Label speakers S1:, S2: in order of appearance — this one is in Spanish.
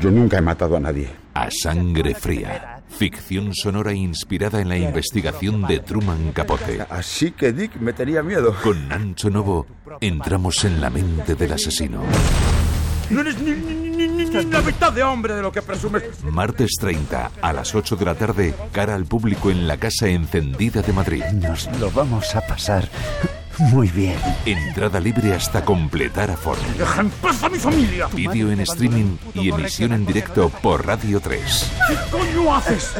S1: Yo nunca he matado a nadie.
S2: A sangre fría. Ficción sonora inspirada en la investigación de Truman Capote.
S1: Así que Dick me tenía miedo.
S2: Con Nacho Novo entramos en la mente del asesino.
S3: No eres ni, ni, ni, ni, la mitad de hombre de lo que presumes.
S2: Martes 30 a las 8 de la tarde, cara al público en la Casa Encendida de Madrid.
S4: Nos lo vamos a pasar muy bien.
S2: Entrada libre hasta completar aforo.
S3: ¡Deja en paz a mi familia!
S2: Vídeo en streaming y emisión en directo por Radio 3.
S3: ¿Qué coño haces?